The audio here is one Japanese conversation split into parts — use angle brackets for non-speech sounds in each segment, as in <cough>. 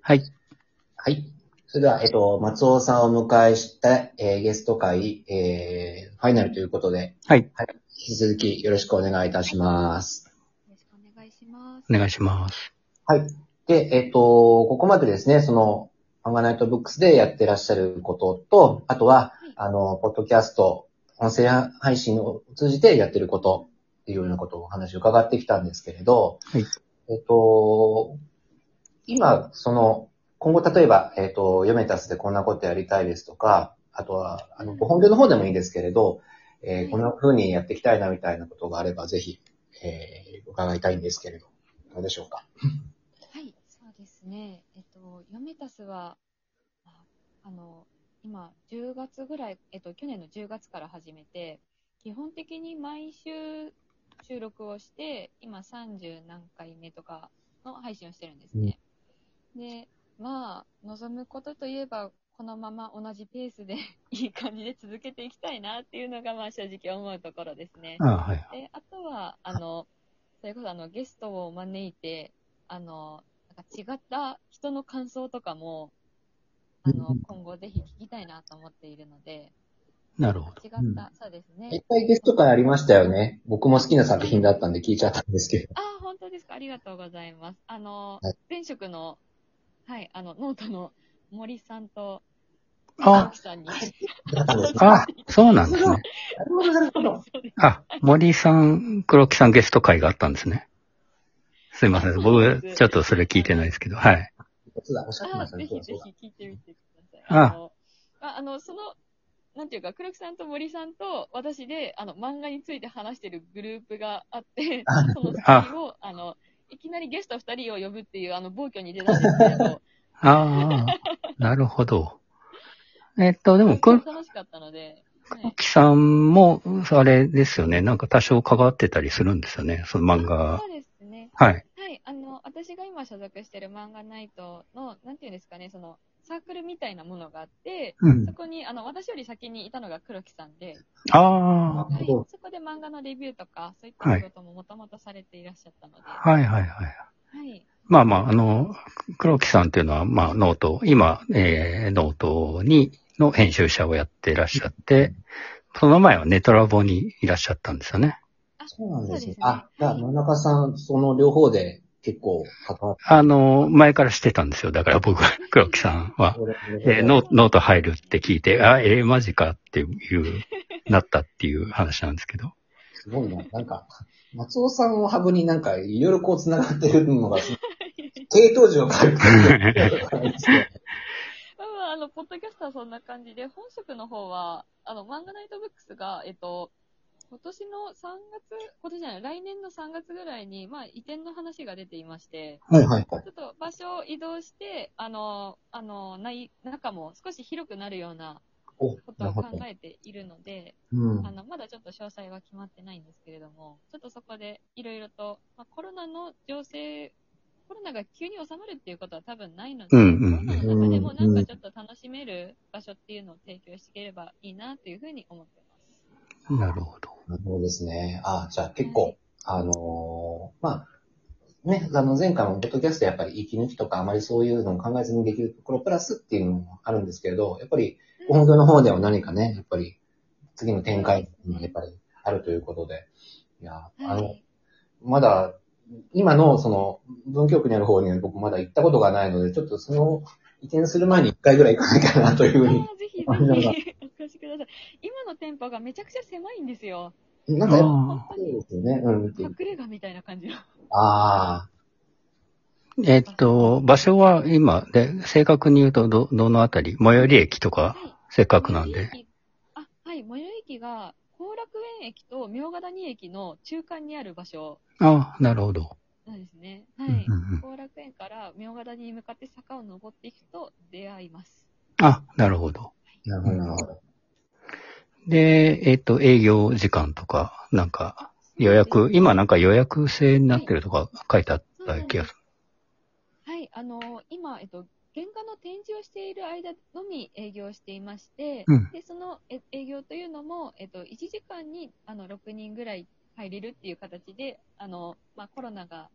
はい。はい。それでは、えっと、松尾さんをお迎えして、えーゲスト会、えーファイナルということで、はい。引き続きよろしくお願いいたします。よろしくお願いします。お願いします。はい。で、えっと、ここまでですね、その、マンガナイトブックスでやってらっしゃることと、あとははい、あの、ポッドキャスト、音声配信を通じてやってること、っていうようなことをお話を伺ってきたんですけれど、はいえっと、今、その、今後例えば、えっと、ヨメタスでこんなことやりたいですとか、あとは、あの、ご本業の方でもいいですけれど、えーこんな風にやっていきたいなみたいなことがあれば、ぜひ、えー伺いたいんですけれど、どうでしょうか。はい、そうですね。えっと、ヨメタスは、ああの、今、10月ぐらい、えっと、去年の10月から始めて、基本的に毎週収録をして、今30何回目とかの配信をしてるんですね。で、まあ、望むことといえば、このまま同じペースでいい感じで続けていきたいなっていうのが、まあ正直思うところですね。あはい。で、あとは、あの、それこそあの、ゲストを招いて、あの、なんか違った人の感想とかも、あうのん、今後ぜひ聞きたいなと思っているので、なるほど。違った、うんそうです一ね。回ゲスト会ありましたよね。僕も好きな作品だったんで聞いちゃったんですけど。ああ、本当ですか。ありがとうございます。あの、はい前職の、はい、あの、ノートの森さんと、青あ、木さんに。だったんです <laughs> ねあ、そうなんですね。なるほど、なるほど。<laughs> そうですあ、森さん、黒木さんゲスト会があったんですね。すいません。僕、ちょっとそれ聞いてないですけど。はい。そうだ、おっしゃってまあしたぜね。ひそぜうだひ聞いてみてください。ああの、ああのその、なんていうか、黒木さんと森さんと私で、あの、漫画について話してるグループがあってあ、その <laughs> 二あ人を、あの、いきなりゲスト二人を呼ぶっていう、あの、暴挙に出たんですけど、ああ、なるほど。えっ <laughs> と、でも、黒本当に楽しかったので、はい、木さんも、あれですよね。なんか多少関わってたりするんですよね。その漫画あそ。うですね。はい。はい、あの、私が今所属してる漫画ナイトの、なんていうんですかね、その、サークルみたいなものがあって、うんそ。こに、あの、私より先にいたのが黒木さんで、あなはるい、ほどそこで漫画のレビューとか、そういった仕事ももともとされていらっしゃったので、あ、ははいはいはい。い、まあまあ、あの、黒木さんっていうのは、まあ、ノート、今、えー、ノートに、の編集者をやっていらっしゃって、その前はネトラボにいらっしゃったんですよね。そうなんですね。はあ、いじゃあ、野中さん、その両方で結構関わって。あの、前からしてたんですよ。だから僕は、 <laughs> 黒木さんは。えーノノート入るって聞いて、あ、えーマジかっていう、なったっていう話なんですけど。すごいな。なんか、松尾さんをハブになんか、いろいろこう繋がってるのが、 <laughs> 低当時を書い <laughs> てまあまあ、あの、ポッドキャストはそんな感じで、本職の方は、あの、漫画ナイトブックスが、えっと、今年の3月、今年じゃない、来年の3月ぐらいに、まあ、移転の話が出ていまして、はいはいはい。ちょっと場所を移動して、あの、あの、ない、中も少し広くなるようなお、こなとるをほ考ど。えているので、うんあ。の、まだちょっと詳細は決まってないんですけれども、ちょっとそこでいろいろと、まあ、コロナの情勢、コロナが急に収まるっていうことは多分ないので、うんうんうんコロナの中でもなんかちょっと楽しめる場所っていうのを提供していければいいなというふうに思ってま <laughs> す。なるほど。そうですね。あ、じゃあ結構、あのーまあ、ね、あの前回もポッドキャストやっぱり息抜きとかあまりそういうのを考えずにできるところプラスっていうのもあるんですけれど、やっぱりご本業の方では何かね、やっぱり次の展開もやっぱりあるということで、いや、あはの、い。まだ、今のその文京区にある方には僕まだ行ったことがないので、ちょっとその移転する前に一回ぐらい行かなきゃなというふうにあ。あ、ぜひぜひありがとうございお越しください。今の店舗がめちゃくちゃ狭いんですよ。なんかやっぱあそうですよね。うん。隠れ家みたいな感じの。ああ、ーえっと、場所は今、で、正確に言うと、ど、どのあたり最寄り駅とか、はいせっかくなんで。最寄り駅。あ、はい、最寄り駅が、後楽園駅と明ヶ谷駅の中間にある場所あなるほど。なんですね。はい。うんうんうん後楽園から明ヶ谷に向かって坂を登っていくと出会います。あ、なるほど。なるほど、なるほど。で、えっ、と、営業時間とか、なんか、予約、今なんか予約制になってるとか書いてあった気がすはい、あのー今、えっと、原画の展示をしている間のみ営業していまして、うんでそのえ営業というのも、えっと、1時間にあの6人ぐらい入れるっていう形で、あのまあ、コロナが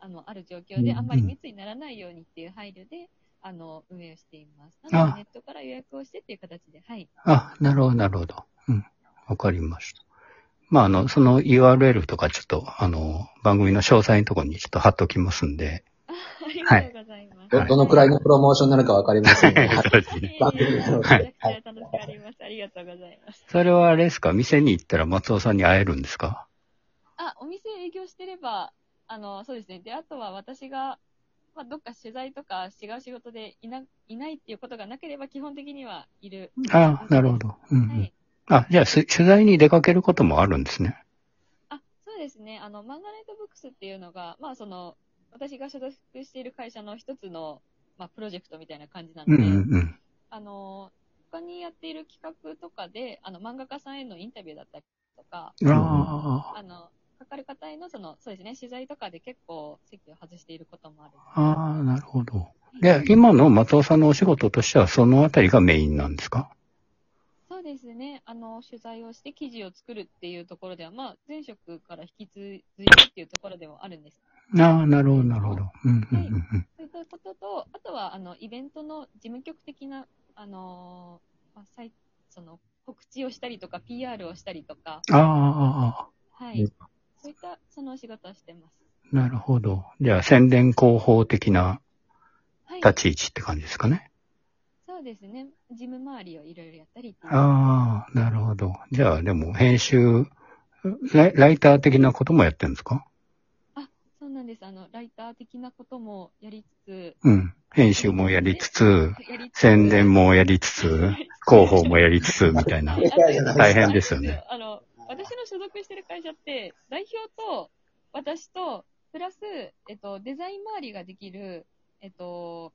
あのある状況うで、んあんまり密にならないようにっていう配慮で、あの、運営をしています。なので、ネットから予約をしてっていう形で、はい。あ、なるほど、なるほど。うん。わかりました。まあ、あの、その URL とかちょっと、あの、番組の詳細のところにちょっと貼っときますんで。ありがとうございます。はどどのくらいのプロモーションになるかわかりませんが、そうですね。番組なのでめちゃくちゃ楽しくあります。ありがとうございます。 <laughs> それはあれですか店に行ったら松尾さんに会えるんですかあ、お店営業してれば、あの、そうですね。で、あとは私が、まあ、どっか取材とか違う仕事でいな、いないっていうことがなければ基本的にはいる。あなるほ。ど。うんうはんい。あ、じゃあ、す取材に出かけることもあるんですね。あ、そうですね。あの、マンガネットブックスっていうのが、まあ、その、私が所属している会社の一つの、まあ、プロジェクトみたいな感じなうのんうで、んあの、他にやっている企画とかで、あの、漫画家さんへのインタビューだったりとか、うん。ああの、かかる方への、その、そうですね、取材とかで結構席を外していることもある。あ、ああ、なるほど。で、今の松尾さんのお仕事としては、そのあたりがメインなんですかそうですね、あの、取材をして記事を作るっていうところでは、まあ、前職から引き継いでっていうところではあるんです。ああ、なるほど、なるほど。うんうんうんうん。そういうことと、あとは、あの、イベントの事務局的な、あのーまあ、サイその、告知をしたりとか、PR をしたりとか、ああああ、ああはい。そういった、そのお仕事をしてます。なるほど。じゃあ、宣伝広報的なはい。立ち位置って感じですかね。そうですね。事務周りをいろいろやったりっていう。ああ、なるほど。じゃあ、でも、編集ライ、ライター的なこともやってるんですかそうなんです。あの、ライター的なこともやりつうん。編集もやりつつ、つ、やりつつ宣伝もやりつつ、広報もやりつつ、みたい <laughs> な。いやいや大変ですよね。あの、私の所属してる会社って、代表と、私と、プラス、えっと、デザイン周りができる、えっと、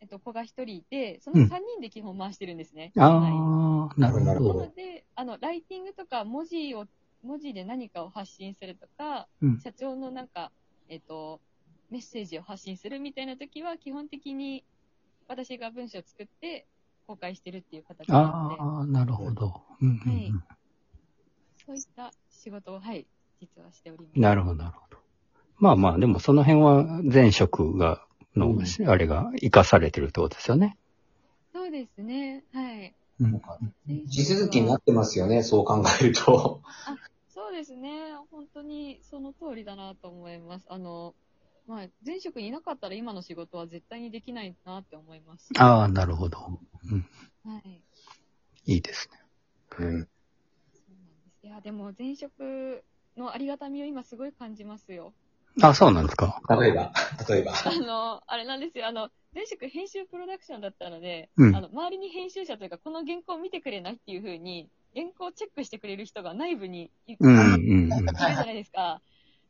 えっと、子が一人いて、その三人で基本回してるんですね。はああ、なるいなほーど。ので、あの、ライティングとか文字を、文字で何かを発信するとか、うん。社長のなんか、えっと、メッセージを発信するみたいな時は、基本的に私が文章を作って公開してるっていう形なので、ああ、なるほど。うんうんうんそういった仕事を、はい、実はしております。なるほど、なるほど。まあまあ、でもその辺は前職が、のう、んあれが活かされてるってことですよね。そうですね、はい。うん。地続きになってますよね、そう考えると。 <laughs> そうですね、本当にその通りだなと思います。あの、まあ、前職にいなかったら今の仕事は絶対にできないなって思います。はああ、なるほど。い。いいですね。うん。そうなんです。いや、でも前職のありがたみを今すごい感じますよ。あ、そうなんですか。例えば、例えば。あの、あれなんですよ。あの、前職編集プロダクションだったので、うんあの、周りに編集者というか、この原稿を見てくれないっていうふうに、原稿をチェックしてくれる人が内部にい,、うん、ういるん、うん。じゃないですか。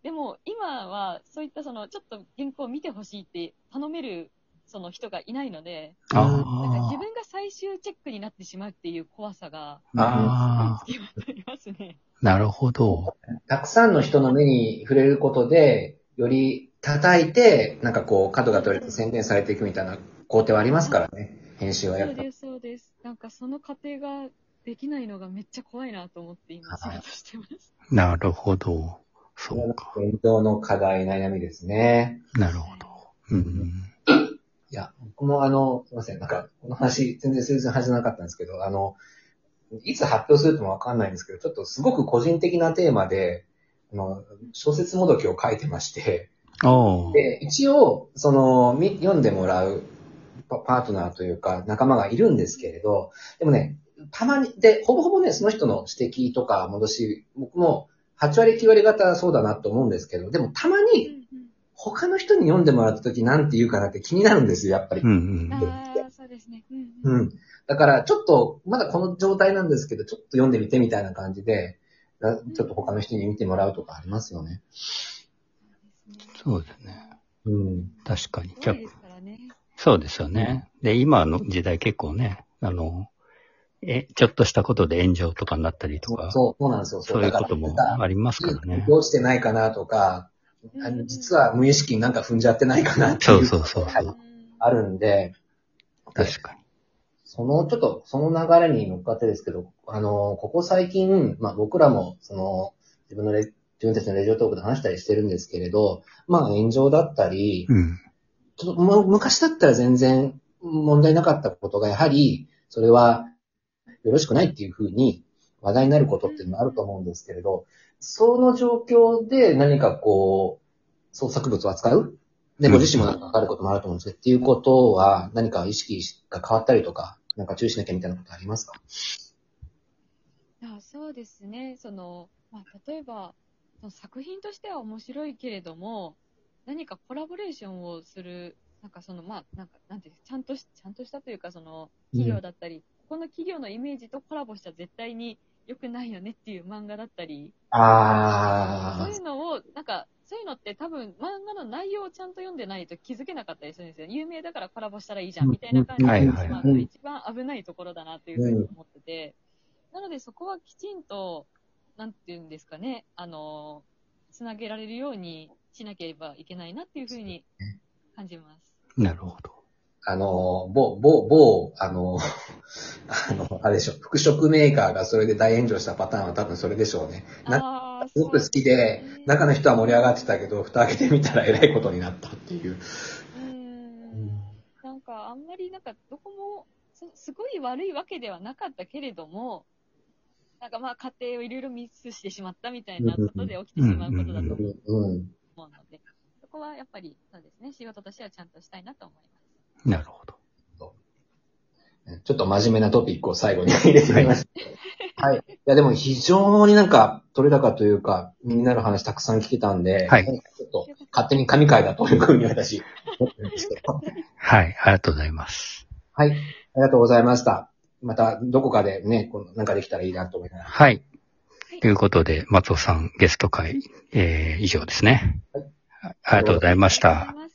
でも、今は、そういったその、ちょっと原稿を見てほしいって頼める、その人がいないので、なんかあ自分が最終チェックになってしまうっていう怖さが、あすごいつきまとりますね。あ、なるほど。たくさんの人の目に触れることで、より叩いて、なんかこう、角が取れて宣伝されていくみたいな工程はありますからね、編集はやそっうぱり。です、そうです。なんかその過程ができないのがめっちゃ怖いなと思って今仕事してます。なるほど。そうか。勉強の課題、悩みですね。なるほど。うん。いや、僕もあの、すいません、なんか、この話、全然数字の話じゃなかったんですけど、あの、いつ発表するともわかんないんですけど、ちょっとすごく個人的なテーマで、あの、小説もどきを書いてまして、おーで、一応、その、み読んでもらうパパートナーというか、仲間がいるんですけれど、でもね、たまに、で、ほぼほぼね、その人の指摘とか戻し、僕も8割9割方そうだなと思うんですけど、でもたまうにんうん他の人に読んでもらった時なんて言うかなって気になるんですよ、やっぱりう。ん、うん。ああ、そうですね。うんうんうん。だから、ちょっと、まだこの状態なんですけど、ちょっと読んでみてみたいな感じで、なちょっと他の人に見てもらうとかありますよね。そうですね。うん。確かに。じそゃあうですからね。そうですよね。で、今の時代結構ね、あの、え、ちょっとしたことで炎上とかになったりとそうか、そうそうそうなんですよ。いうこともだからありますからね。どうしてないかなとか、あうんうのん実は無意識になんか踏んじゃってないかなっていそううそうそうそう。あるんで、確かに。そのちょっと、その流れに乗っかってですけど、あの、ここ最近、まあ僕らも、その、自分のレ、自分たちのレジオトークで話したりしてるんですけれど、まあ炎上だったり、うん。ちょっとむ昔だったら全然問題なかったことが、やはり、それはよろしくないっていうふうに話題になることっていうのもあると思うんですけれど、その状況で何かこう、創作物を扱うで、うんご自身もなんかかかることもあると思うんですけど、っていうことは何か意識が変わったりとか、なんか注意しなきゃみたいなことありますかあそうですね。その、まあ、例えば、その作品としては面白いけれども、何かコラボレーションをする、なんかその、まあ、なんか、なんていうんですかちゃんとし、ちゃんとしたというか、その、企業だったり、この企業のイメージとコラボしたら絶対に良くないよねっていう漫画だったり、そあういうのを、なんか、そういうのって多分漫画の内容をちゃんと読んでないと気づけなかったりするんですよ。有名だからコラボしたらいいじゃんみたいな感じうんはいではいしまうのが一番危ないところだなというふうに思ってて。なのでそこはきちんと、なんていうんですかね、あの、つなげられるようにしなければいけないなっていうふうに感じます。なるほど。あの、某、某、某、あの、 <laughs> あの、あれでしょ、服飾メーカーがそれで大炎上したパターンは多分それでしょうね。なんかああ、すごく好きで、中の人は盛り上がってたけど、蓋開けてみたらえらいことになったっていう。うーんなんかあんまりなんかどこもすすごい悪いわけではなかったけれども、なんかまあ家庭をいろいろミスしてしまったみたいなことで起きてしまうことだとうん。思うので、そこはやっぱりそうですね、仕事としてはちゃんとしたいなと思います。なるほど。ちょっと真面目なトピックを最後に入れてみました。はい。いや、でも非常になんか、取れ高というか、身になる話たくさん聞けたんで、はいちょっと、勝手に神回だというふうに私、思ってま <laughs> した。はい、ありがとうございます。はい。ありがとうございました。また、どこかでね、このなんかできたらいいなと思いながら。はいはい。ということで、松尾さんゲスト会、えー、以上ですね。はいありがとうございましたありがとうござい。ま